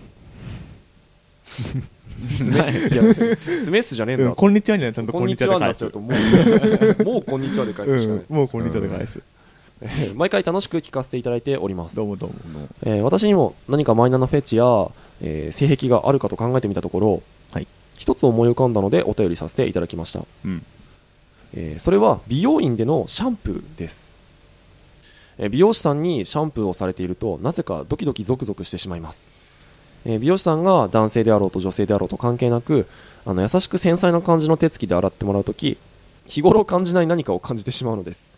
[SPEAKER 3] スメス、いや、スメスじゃねえん
[SPEAKER 1] う
[SPEAKER 3] だ。
[SPEAKER 1] ん、こんにちはにはちゃんと
[SPEAKER 3] こ
[SPEAKER 1] こん
[SPEAKER 3] ん
[SPEAKER 1] に
[SPEAKER 3] に
[SPEAKER 1] ち
[SPEAKER 3] ち
[SPEAKER 1] は
[SPEAKER 3] は
[SPEAKER 1] で
[SPEAKER 3] に
[SPEAKER 1] 返
[SPEAKER 3] なっち
[SPEAKER 1] す
[SPEAKER 3] ゃうと、もう、もうこんにちはで返すしかない。
[SPEAKER 1] うん、もうこんにちはで返す、
[SPEAKER 3] えー毎回楽しく聞かせていただいております。
[SPEAKER 1] どうもどうも
[SPEAKER 2] も
[SPEAKER 3] えー私にも何かマイナーなフェチや、えー性癖があるかと考えてみたところ、
[SPEAKER 1] はい
[SPEAKER 3] 一つ思い浮かんだのでお便りさせていただきました、
[SPEAKER 2] ううん
[SPEAKER 3] えーそれは美容院でのシャンプーです、えー美容師さんにシャンプーをされているとなぜかドキドキゾクゾクしてしまいます、えー美容師さんが男性であろうと女性であろうと関係なくあの優しく繊細な感じの手つきで洗ってもらうとき日頃感じない何かを感じてしまうのです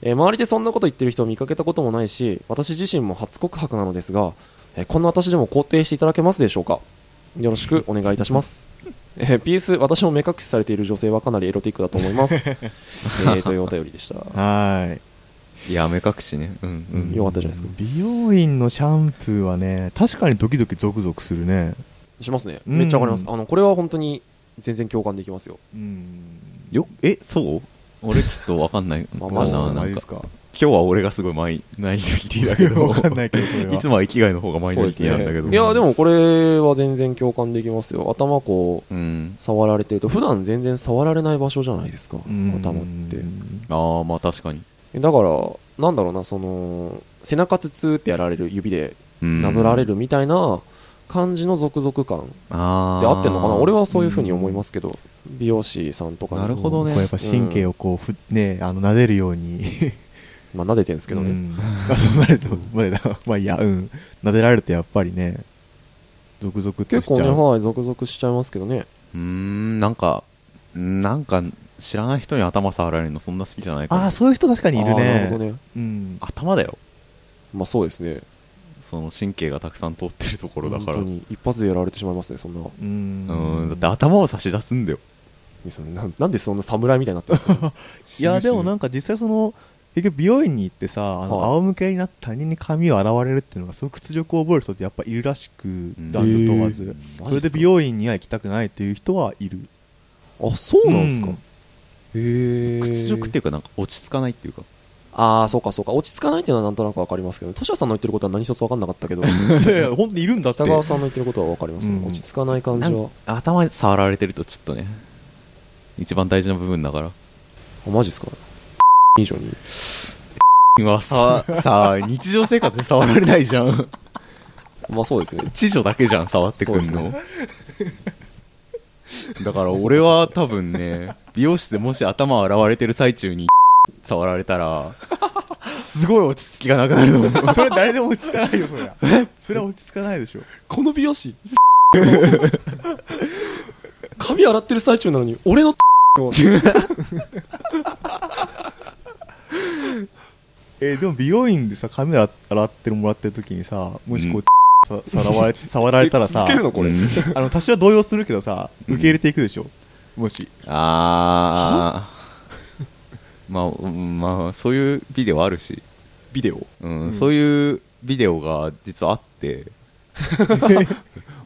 [SPEAKER 3] えー周りでそんなこと言ってる人を見かけたこともないし私自身も初告白なのですが、えーこんな私でも肯定していただけますでしょうかよろしくお願いいたします、えー、PS 私も目隠しされている女性はかなりエロティックだと思います、えー、というお便りでした
[SPEAKER 1] はーい
[SPEAKER 2] いや目隠しねうんうん
[SPEAKER 3] よかったじゃないですか
[SPEAKER 1] 美容院のシャンプーはね確かにドキドキゾクゾクするね
[SPEAKER 3] しますね
[SPEAKER 1] うん
[SPEAKER 3] めっちゃわかりますあのこれは本当に全然共感できますよ
[SPEAKER 1] うん
[SPEAKER 2] よえそう俺ちょっとわかんない
[SPEAKER 3] まあ
[SPEAKER 2] わ
[SPEAKER 3] マ
[SPEAKER 2] か
[SPEAKER 3] ジ
[SPEAKER 2] ん
[SPEAKER 3] で
[SPEAKER 2] な
[SPEAKER 3] す
[SPEAKER 2] いな
[SPEAKER 1] マジ
[SPEAKER 2] ん
[SPEAKER 1] で
[SPEAKER 2] か
[SPEAKER 1] すか
[SPEAKER 2] 今日は俺がすごいマイマイノリティだけど
[SPEAKER 1] わかんないけどそれは
[SPEAKER 2] いつもは生きがいの方がマイノリティなんだけど、
[SPEAKER 3] いやでもこれは全然共感できますよ頭こう
[SPEAKER 2] うん
[SPEAKER 3] 触られてると普段全然触られない場所じゃないですか
[SPEAKER 1] うん
[SPEAKER 3] 頭って
[SPEAKER 2] ああまあ確かに、
[SPEAKER 3] えだからなんだろうなその背中つつってやられる指でなぞられ
[SPEAKER 2] る
[SPEAKER 3] るみたいな感じの続々感
[SPEAKER 2] あ
[SPEAKER 3] で合ってんのかな俺
[SPEAKER 2] は
[SPEAKER 3] はそういうふうに思いますけど美容師さんとかに
[SPEAKER 2] なるほどね
[SPEAKER 1] こうやっぱ神経をこうふ、ねあの撫でるように
[SPEAKER 3] まあ、撫でてるんですけどね、
[SPEAKER 1] うん、あそうなると、まあ、まあいいや、うん、撫でられるとやっぱりね、ゾクゾクっとし
[SPEAKER 3] 結構
[SPEAKER 1] ちゃ
[SPEAKER 3] ね、
[SPEAKER 1] う。
[SPEAKER 3] はい、続々しちゃいますけどね。
[SPEAKER 2] うーんなんかなんか知らない人に頭触られるのそんな好きじゃないかも
[SPEAKER 1] ああ、そういう人確かにいるね。
[SPEAKER 3] あーなるほどね。
[SPEAKER 1] うん、
[SPEAKER 2] 頭だよ
[SPEAKER 3] まあ、そうですね。
[SPEAKER 2] その神経がたくさん通ってるところだか
[SPEAKER 3] 本
[SPEAKER 2] ら
[SPEAKER 3] 当に一発でやられてしまいますね、そんな。
[SPEAKER 1] う
[SPEAKER 2] う
[SPEAKER 1] ん
[SPEAKER 2] んだって頭を差し出すんだよ
[SPEAKER 3] ですよねなんなんでそんな侍みたいになってるんですか
[SPEAKER 1] いやでもなんんか実際その結局美容院に行ってさあの
[SPEAKER 3] はい
[SPEAKER 1] 仰向けになって他人に髪を洗われるっていうのがすごく屈辱を覚える人ってやっぱいるらしく
[SPEAKER 2] うん
[SPEAKER 1] 男女問わず、
[SPEAKER 3] へー
[SPEAKER 1] それで美容院には行きたくないっていう人はいる
[SPEAKER 3] あ、そうなんですか。
[SPEAKER 1] うん
[SPEAKER 3] へえ。
[SPEAKER 2] 屈辱っていうかなんか落ち着かないっていうか
[SPEAKER 3] ああ、そうかそうか。落ち着かないっていうのはなんとなくわかりますけど、トシヤさんの言ってることは何一つわかんなかったけど、
[SPEAKER 1] いやいや本当にいるんだって
[SPEAKER 3] 北川さんの言ってることはわかります、ね
[SPEAKER 1] うん
[SPEAKER 3] 落ち着かない感じ
[SPEAKER 2] なん
[SPEAKER 3] は
[SPEAKER 2] か。頭触られてるとちょっとね一番大事な部分だから
[SPEAKER 3] あ、マジっすか以上に。
[SPEAKER 2] 今さ、さあ、日常生活で触られないじゃん。
[SPEAKER 3] まあそうですね。
[SPEAKER 2] 知女だけじゃん、触ってくん
[SPEAKER 3] そう
[SPEAKER 2] の。だから俺は多分ね、美容室でもし頭洗われてる最中に触られたら、すごい落ち着きがなくなると思う。
[SPEAKER 1] それは誰でも落ち着かないよそれはそれは落ち着かないでしょ
[SPEAKER 3] この美容師 髪洗ってる最中なのに、俺のを
[SPEAKER 1] えーでも美容院でさ髪洗ってもらってる時にさもしこう、さ触ら れ触られたらさ
[SPEAKER 3] 続けるのこれ。
[SPEAKER 2] うん
[SPEAKER 1] あの多少は動揺するけどさ受け入れていくでしょ、も し
[SPEAKER 2] あー。まあ、うんまあ、そういうビデオあるし、
[SPEAKER 1] ビデオ
[SPEAKER 2] うん
[SPEAKER 1] うん
[SPEAKER 2] そういうビデオが実はあって、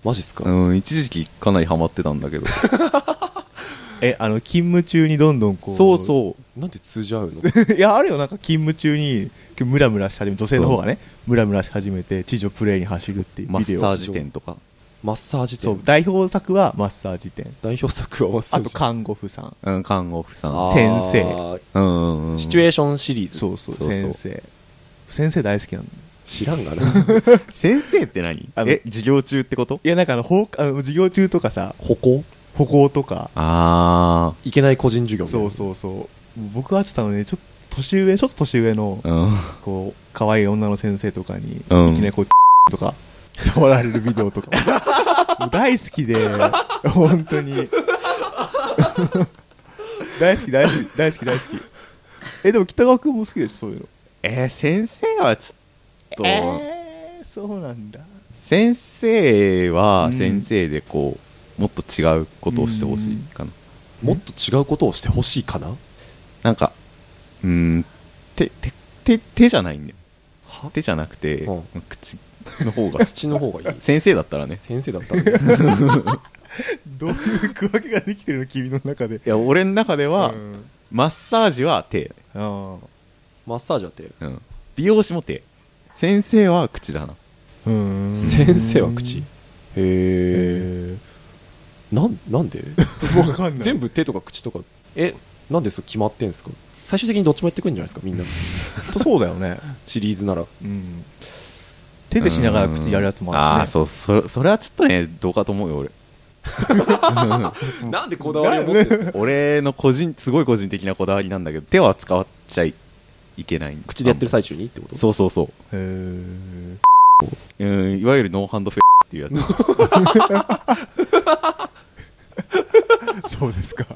[SPEAKER 3] マジっすか、
[SPEAKER 2] うん、一時期かなりハマってたんだけど、
[SPEAKER 1] えあの勤務中にどんどんこう
[SPEAKER 2] そうそう、
[SPEAKER 3] なんで通じ合うの
[SPEAKER 1] いや、あるよ、なんか勤務中に、ムラムラし始め、女性の方がね、ムラムラし始めて、地上プレイに走るっていう
[SPEAKER 2] マ
[SPEAKER 1] ビデ
[SPEAKER 2] ッ
[SPEAKER 1] オ。
[SPEAKER 2] サージ店とか。
[SPEAKER 3] マッサージ
[SPEAKER 1] そう
[SPEAKER 3] 店、。
[SPEAKER 1] 代表作はマッサージ店。
[SPEAKER 3] 代表作はマッサ
[SPEAKER 1] あ
[SPEAKER 3] ージ
[SPEAKER 1] と、看護婦さん。
[SPEAKER 2] うん、看護婦さん。
[SPEAKER 1] 先生
[SPEAKER 2] う
[SPEAKER 3] 生。
[SPEAKER 2] んうんうん。
[SPEAKER 3] シチュエーションシリーズ。
[SPEAKER 1] そうそう、
[SPEAKER 2] そうそう
[SPEAKER 1] 先生。先生大好きなんだ。
[SPEAKER 3] 知らんがな。
[SPEAKER 2] 先生って何
[SPEAKER 1] あの
[SPEAKER 2] え、授業中ってこと
[SPEAKER 1] いや、なんかあの、放課あの授業中とかさ、
[SPEAKER 3] 歩行
[SPEAKER 1] 歩行とか、
[SPEAKER 2] あ
[SPEAKER 3] いけない個人授業みた
[SPEAKER 1] そ
[SPEAKER 3] いな
[SPEAKER 1] うそうそう。僕はちょっとあのね、ちょっと年上、ちょっと年上の
[SPEAKER 2] ー。、うん。
[SPEAKER 1] こう、可愛い女の先生とかに、いき
[SPEAKER 2] うん
[SPEAKER 1] なりこう、 とか、触られるビデオ とか。もう大好きで、本当に。大好き、大好き、大好き、大好き。え、でも北川君も好きでしょ、そういうの。
[SPEAKER 2] えー、先生はちょっと、
[SPEAKER 1] えー、そうなんだ。
[SPEAKER 2] 先生は
[SPEAKER 1] うん
[SPEAKER 2] 先生でこう、もっと違うことをしてほしいかな。
[SPEAKER 3] もっと違うことをしてほしいかな
[SPEAKER 2] なんか、うーん、手、手、手、手じゃないんだよ。手じゃなくて
[SPEAKER 3] うん、。
[SPEAKER 2] 口の方が
[SPEAKER 3] 口の方がいい
[SPEAKER 2] 先生だったらね。
[SPEAKER 3] 先生だったらね
[SPEAKER 1] どういう区分けができてるの、君の中で。
[SPEAKER 2] いや、俺の中では
[SPEAKER 1] う、ん
[SPEAKER 2] マッサージは手。
[SPEAKER 1] あ
[SPEAKER 3] マッサージは手
[SPEAKER 2] うん。美容師も手。先生は口だな。
[SPEAKER 1] ーうん
[SPEAKER 3] 先生は口へえ
[SPEAKER 1] え
[SPEAKER 3] なんなん で
[SPEAKER 1] ー、わかんない。
[SPEAKER 3] 全部手とか口とかえなんでそう決まってんすか最終的にどっちもやってくんじゃないですかみんな
[SPEAKER 1] 部そうだよね。
[SPEAKER 3] シリーズなら
[SPEAKER 1] うん。手でしながら口やるやつも
[SPEAKER 2] あ
[SPEAKER 1] あ
[SPEAKER 2] あ
[SPEAKER 1] るしね。
[SPEAKER 2] そうそそれはちょっとねどうかと思うよ俺
[SPEAKER 3] なんでこだわりを持ってんすか
[SPEAKER 2] 俺の個人すごい個人的なこだわりなんだけど手は使っちゃいけない
[SPEAKER 3] 口でやってる最中にってこと
[SPEAKER 2] そうそうそ
[SPEAKER 1] へー
[SPEAKER 2] ううんいわゆるノーハンドフェイっていうやつ
[SPEAKER 1] そうですか。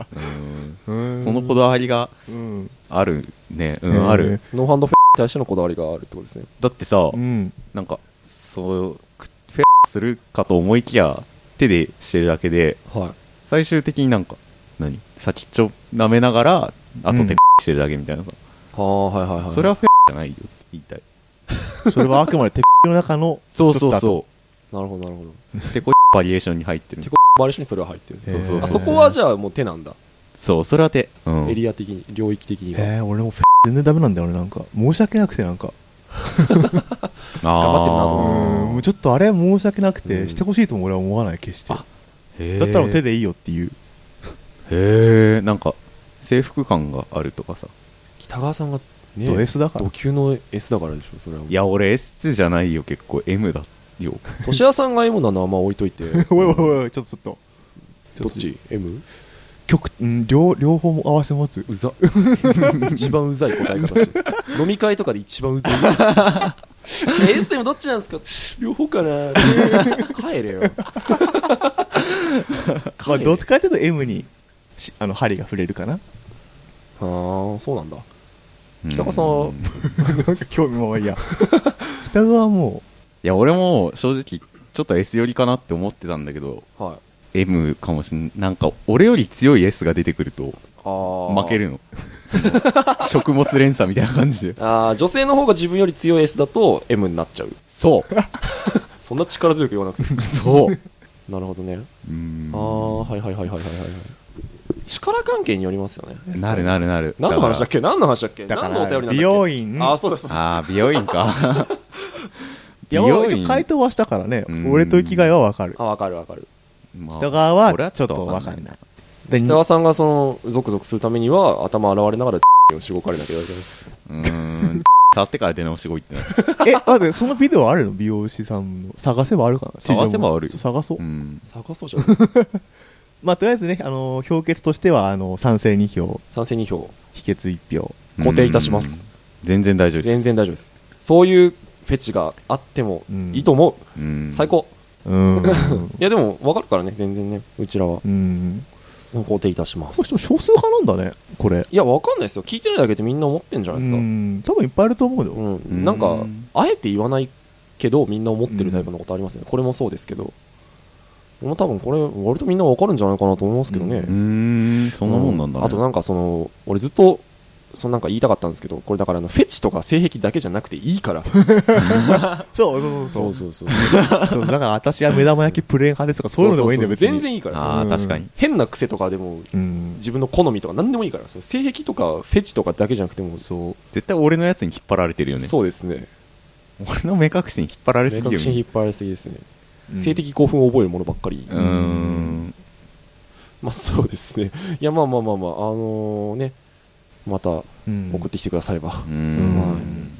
[SPEAKER 2] うん
[SPEAKER 1] そ
[SPEAKER 2] そのこだわりが
[SPEAKER 1] うん。
[SPEAKER 2] あるねう
[SPEAKER 1] へ
[SPEAKER 2] ん
[SPEAKER 1] ー
[SPEAKER 2] ある
[SPEAKER 3] ノーハンドフェに対してのこだわりがあるってことですね
[SPEAKER 2] だってさ
[SPEAKER 1] うん。
[SPEAKER 2] なんかそうくフェするかと思いきや手でしてるだけで
[SPEAKER 3] はい
[SPEAKER 2] 最終的になんか何先っちょ舐めながらあと手してるだけみたいなさ、
[SPEAKER 3] はあはいはいはい
[SPEAKER 2] それはフェじゃないよって言いたい
[SPEAKER 1] それはあくまで鉄壁の中の、
[SPEAKER 2] そう
[SPEAKER 1] そうそう
[SPEAKER 3] なるほどなるほど
[SPEAKER 2] てこいバリエーションに入ってる
[SPEAKER 3] てこバリシにそれは入ってるんですね
[SPEAKER 2] そうそう
[SPEAKER 3] あそこはじゃあもう手なんだ
[SPEAKER 2] そうそれは手、うん
[SPEAKER 3] エリア的に領域的には
[SPEAKER 1] えー、俺もフェ全然ダメなんだよ、俺なんか。申し訳なくて、なんか。
[SPEAKER 2] 頑
[SPEAKER 3] 張ってるなと
[SPEAKER 1] う
[SPEAKER 3] 思
[SPEAKER 1] ん
[SPEAKER 3] あー、
[SPEAKER 1] もうちょっとあれ申し訳なくて、
[SPEAKER 3] うん
[SPEAKER 1] してほしいとも俺は思わない、決して。だ
[SPEAKER 2] あ
[SPEAKER 1] っ
[SPEAKER 2] へ
[SPEAKER 1] たらもう手
[SPEAKER 2] で
[SPEAKER 1] でいいよって いう。
[SPEAKER 2] へえんか制服感があるとかさ
[SPEAKER 3] 北川さんがね
[SPEAKER 1] ド S だから
[SPEAKER 3] ド。級の S だからでしょそれはい
[SPEAKER 2] や俺 S じゃないよ結構 M だよ
[SPEAKER 3] 年屋さんが M なのはまあ置いといて
[SPEAKER 1] おいおいおい、ちょっとちょっと。
[SPEAKER 3] どっち M?
[SPEAKER 1] 極、うん、両両方も合わせ持つ
[SPEAKER 3] うざ 一番うざい答え方してる飲み会とかで一番うざいえエースでもどっちなんですか両方かな 帰れよ
[SPEAKER 1] まあ、
[SPEAKER 3] 帰れ
[SPEAKER 1] どっちかというと M にしあの針が触れるかな
[SPEAKER 3] ああそうなんだ
[SPEAKER 2] うん
[SPEAKER 3] 北川さんはい
[SPEAKER 1] なんか興味もいいや 北側はも
[SPEAKER 2] や俺も正直ちょっと S 寄りかなって思ってたんだけど
[SPEAKER 3] はい
[SPEAKER 2] M かもしんなんか俺より強い S が出てくると
[SPEAKER 3] あー
[SPEAKER 2] 負けるのその食物連鎖みたいな感じで
[SPEAKER 3] あー女性の方が自分より強い S だと M になっちゃう
[SPEAKER 2] そう
[SPEAKER 3] そんな力強く言わ なくて
[SPEAKER 2] そう
[SPEAKER 3] なるほどね
[SPEAKER 2] うん
[SPEAKER 3] ああはいはいはいはいはいはい力関係によりますよね
[SPEAKER 2] なるなるなる
[SPEAKER 3] 何の話だっ
[SPEAKER 2] け
[SPEAKER 3] け何の話だっけ
[SPEAKER 1] うだか
[SPEAKER 3] 何のお
[SPEAKER 1] ら
[SPEAKER 3] 便りなんだっけ
[SPEAKER 1] 美容院
[SPEAKER 3] ああそう だそうだ
[SPEAKER 2] ああ美容院か
[SPEAKER 1] いや俺一応回答はしたからね
[SPEAKER 2] うん
[SPEAKER 1] 俺と生きがいは分かる
[SPEAKER 3] あわかるわかる
[SPEAKER 2] まあ
[SPEAKER 1] 北側は
[SPEAKER 2] 俺
[SPEAKER 1] ちょっと分かんないで
[SPEAKER 3] 北川さんがそのゾクゾクするためには頭洗われながらをしごかれなきゃいけな
[SPEAKER 2] い
[SPEAKER 3] い
[SPEAKER 2] なうーん触ってから出直しこいってなる
[SPEAKER 1] え待ってそのビデオあるの美容師さんの探せばあるかな
[SPEAKER 2] 探せばあるよ
[SPEAKER 1] ちょっと探そう、
[SPEAKER 2] うん
[SPEAKER 3] 探そう じゃん
[SPEAKER 1] まあとりあえずねあのー評決としてはあのー賛成2票
[SPEAKER 3] 賛成2票
[SPEAKER 1] 否決1票
[SPEAKER 3] 固定いたします
[SPEAKER 2] うん全然大丈夫です
[SPEAKER 3] 全然大丈夫ですそういうフェチがあっても
[SPEAKER 1] うん
[SPEAKER 3] いいと思う、
[SPEAKER 2] うん
[SPEAKER 3] 最高
[SPEAKER 1] うーん
[SPEAKER 3] いやでも分かるからね全然ねうちらは
[SPEAKER 1] うん
[SPEAKER 3] 肯定いたしま
[SPEAKER 1] こ
[SPEAKER 3] す
[SPEAKER 1] れ 少数派なんだねこれ
[SPEAKER 3] いや分かんないですよ聞いてないだけでみんな思ってんじゃないですか
[SPEAKER 1] うん多分いっぱいあると思うよ、
[SPEAKER 3] うん、
[SPEAKER 2] ん
[SPEAKER 3] なんかあえて言わないけどみんな思ってるタイプのことありますよね、これもそうですけど俺も多分これ割とみんな分かるんじゃないかなと思いますけどね、
[SPEAKER 1] う
[SPEAKER 2] うーんそんなもんなんだ、ね
[SPEAKER 3] あとなんかその俺ずっとそのなんか言いたかったんですけどこれだからあのフェチとか性癖だけじゃなくていいから
[SPEAKER 1] そうそう
[SPEAKER 3] そ
[SPEAKER 1] そうう
[SPEAKER 3] そう そう
[SPEAKER 1] そうだから私は目玉焼きプレーン派ですとかそういうのでもいいんだよ別に
[SPEAKER 3] 全然いいから
[SPEAKER 2] ああ
[SPEAKER 1] うん
[SPEAKER 2] 確かに
[SPEAKER 3] 変な癖とかでも
[SPEAKER 1] うん
[SPEAKER 3] 自分の好みとか何でもいいからその性癖とかフェチとかだけじゃなくても
[SPEAKER 1] そう
[SPEAKER 2] 絶対俺のやつに引っ張られてるよね
[SPEAKER 3] そうですね
[SPEAKER 2] 俺の目隠しに引っ張られて
[SPEAKER 3] 明
[SPEAKER 2] るよね
[SPEAKER 3] 確に引っ張られすぎですね、
[SPEAKER 1] うん
[SPEAKER 3] 性的興奮を覚えるものばっかり、
[SPEAKER 2] うーん
[SPEAKER 3] まあそうですね。 いや、まあまあまあまあ、あのね、また送
[SPEAKER 1] うん
[SPEAKER 3] ってきてくだされば。
[SPEAKER 2] うー
[SPEAKER 1] うん
[SPEAKER 2] ん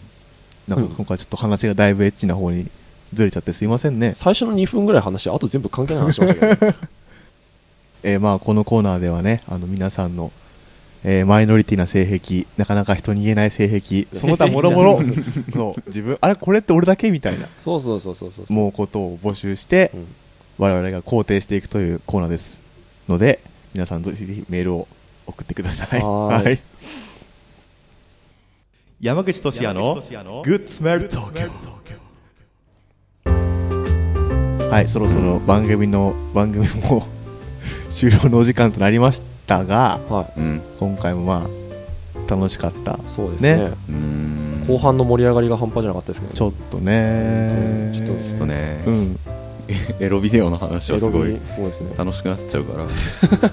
[SPEAKER 1] なんか今回ちょっと話がだいぶエッチな方にずれちゃってすいませんね、
[SPEAKER 3] 最初の2分ぐらい話して、あと全部関係ない話しましたけど、ね、
[SPEAKER 1] えーまあこのコーナーではねあの皆さんの、えーマイノリティな性癖なかなか人に言えない性癖その他もろも ろそう自分あれこれって俺だけみたいな
[SPEAKER 3] そうそうそうそうそう。
[SPEAKER 1] もうことを募集して
[SPEAKER 3] うん
[SPEAKER 1] 我々が肯定していくというコーナーですので皆さんぜひメールを送ってください
[SPEAKER 3] はーい
[SPEAKER 1] はい山口俊也のグッスメル東京はいそろそろ番組の番組も 終了のお時間となりましたが
[SPEAKER 3] は
[SPEAKER 2] うん
[SPEAKER 1] 今回もまあ楽しかった
[SPEAKER 3] い。そうですね
[SPEAKER 1] ね
[SPEAKER 2] うーん
[SPEAKER 3] 後半の盛り上がりが半端じゃなかったですけど、ね、
[SPEAKER 1] ちょっとね
[SPEAKER 3] ちょっと
[SPEAKER 2] ちょっとね
[SPEAKER 1] う、ん
[SPEAKER 2] エロビデオの話はすご
[SPEAKER 3] エロ
[SPEAKER 2] い
[SPEAKER 3] ビすごいですね。
[SPEAKER 2] 楽しくなっちゃうか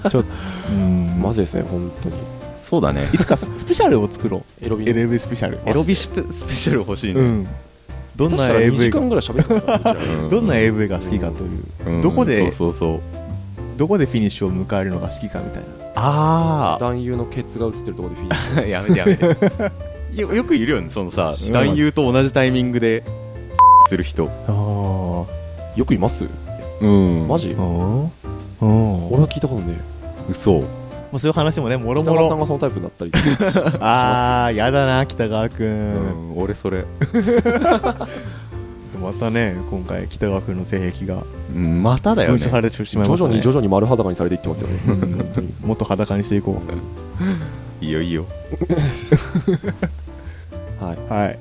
[SPEAKER 2] ら
[SPEAKER 1] ちょっとうん
[SPEAKER 3] マジですね、本当に。
[SPEAKER 2] そうだね
[SPEAKER 1] いつかススペシャルを作ろう
[SPEAKER 3] エロビの。
[SPEAKER 1] LV スペシャル
[SPEAKER 2] エロビシュスペシャル欲しいね、
[SPEAKER 1] うんどん
[SPEAKER 3] 下手し
[SPEAKER 1] な
[SPEAKER 3] たら2
[SPEAKER 1] AV
[SPEAKER 3] 時
[SPEAKER 1] が
[SPEAKER 3] 間ぐらい喋ってたからうちら
[SPEAKER 2] うん
[SPEAKER 1] どんな AV が好きかという、
[SPEAKER 2] うん
[SPEAKER 1] どこで
[SPEAKER 2] そうそうそう
[SPEAKER 1] どこでフィニッシュを迎えるのが好きかみたいなあ
[SPEAKER 3] 男優のケツが映ってるところでフィニッ シュ。
[SPEAKER 2] やめてやめて よよくいるよねそのさ
[SPEAKER 1] 知らない
[SPEAKER 2] 男優と同じタイミングで する人
[SPEAKER 1] ああ
[SPEAKER 3] よくいます
[SPEAKER 2] うん
[SPEAKER 3] マジ、
[SPEAKER 1] うんうん
[SPEAKER 3] 俺は聞いたことね
[SPEAKER 2] 嘘
[SPEAKER 1] もうそういう話もねも
[SPEAKER 3] え。
[SPEAKER 1] ろ
[SPEAKER 3] 北
[SPEAKER 1] も
[SPEAKER 3] 川さん
[SPEAKER 1] ろ
[SPEAKER 3] がそのタイプだったり。
[SPEAKER 1] ああやだな北川君、
[SPEAKER 2] うん、俺それ、
[SPEAKER 1] ん、またね今回北川君の性癖が
[SPEAKER 2] うん、 まただよ
[SPEAKER 1] 噴
[SPEAKER 2] ね
[SPEAKER 1] 射されてしまい
[SPEAKER 3] 徐
[SPEAKER 1] ました
[SPEAKER 3] 々に
[SPEAKER 1] ね
[SPEAKER 3] 徐々に丸裸にされていってますよね。
[SPEAKER 1] うん本当にもっと裸にしていこ
[SPEAKER 2] いいよいいよ
[SPEAKER 3] はい。
[SPEAKER 1] う はい、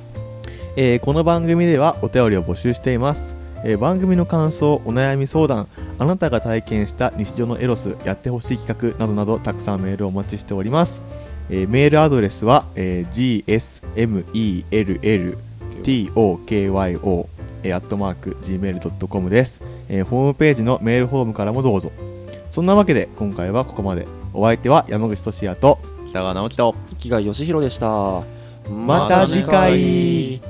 [SPEAKER 1] えーこの番組ではお便りを募集しています、えー番組の感想お悩み相談あなたが体験した日常のエロスやってほしい企画などなどたくさんメールをお待ちしております、えーメールアドレスは、えー gsmelltokyo えー、アットマーク gmail.com です、えーホームページのメールフォームからもどうぞそんなわけで今回はここまでお相手は山口俊也と
[SPEAKER 2] 北川直樹と
[SPEAKER 3] 木が義弘でした。
[SPEAKER 1] ま
[SPEAKER 2] た次
[SPEAKER 1] 回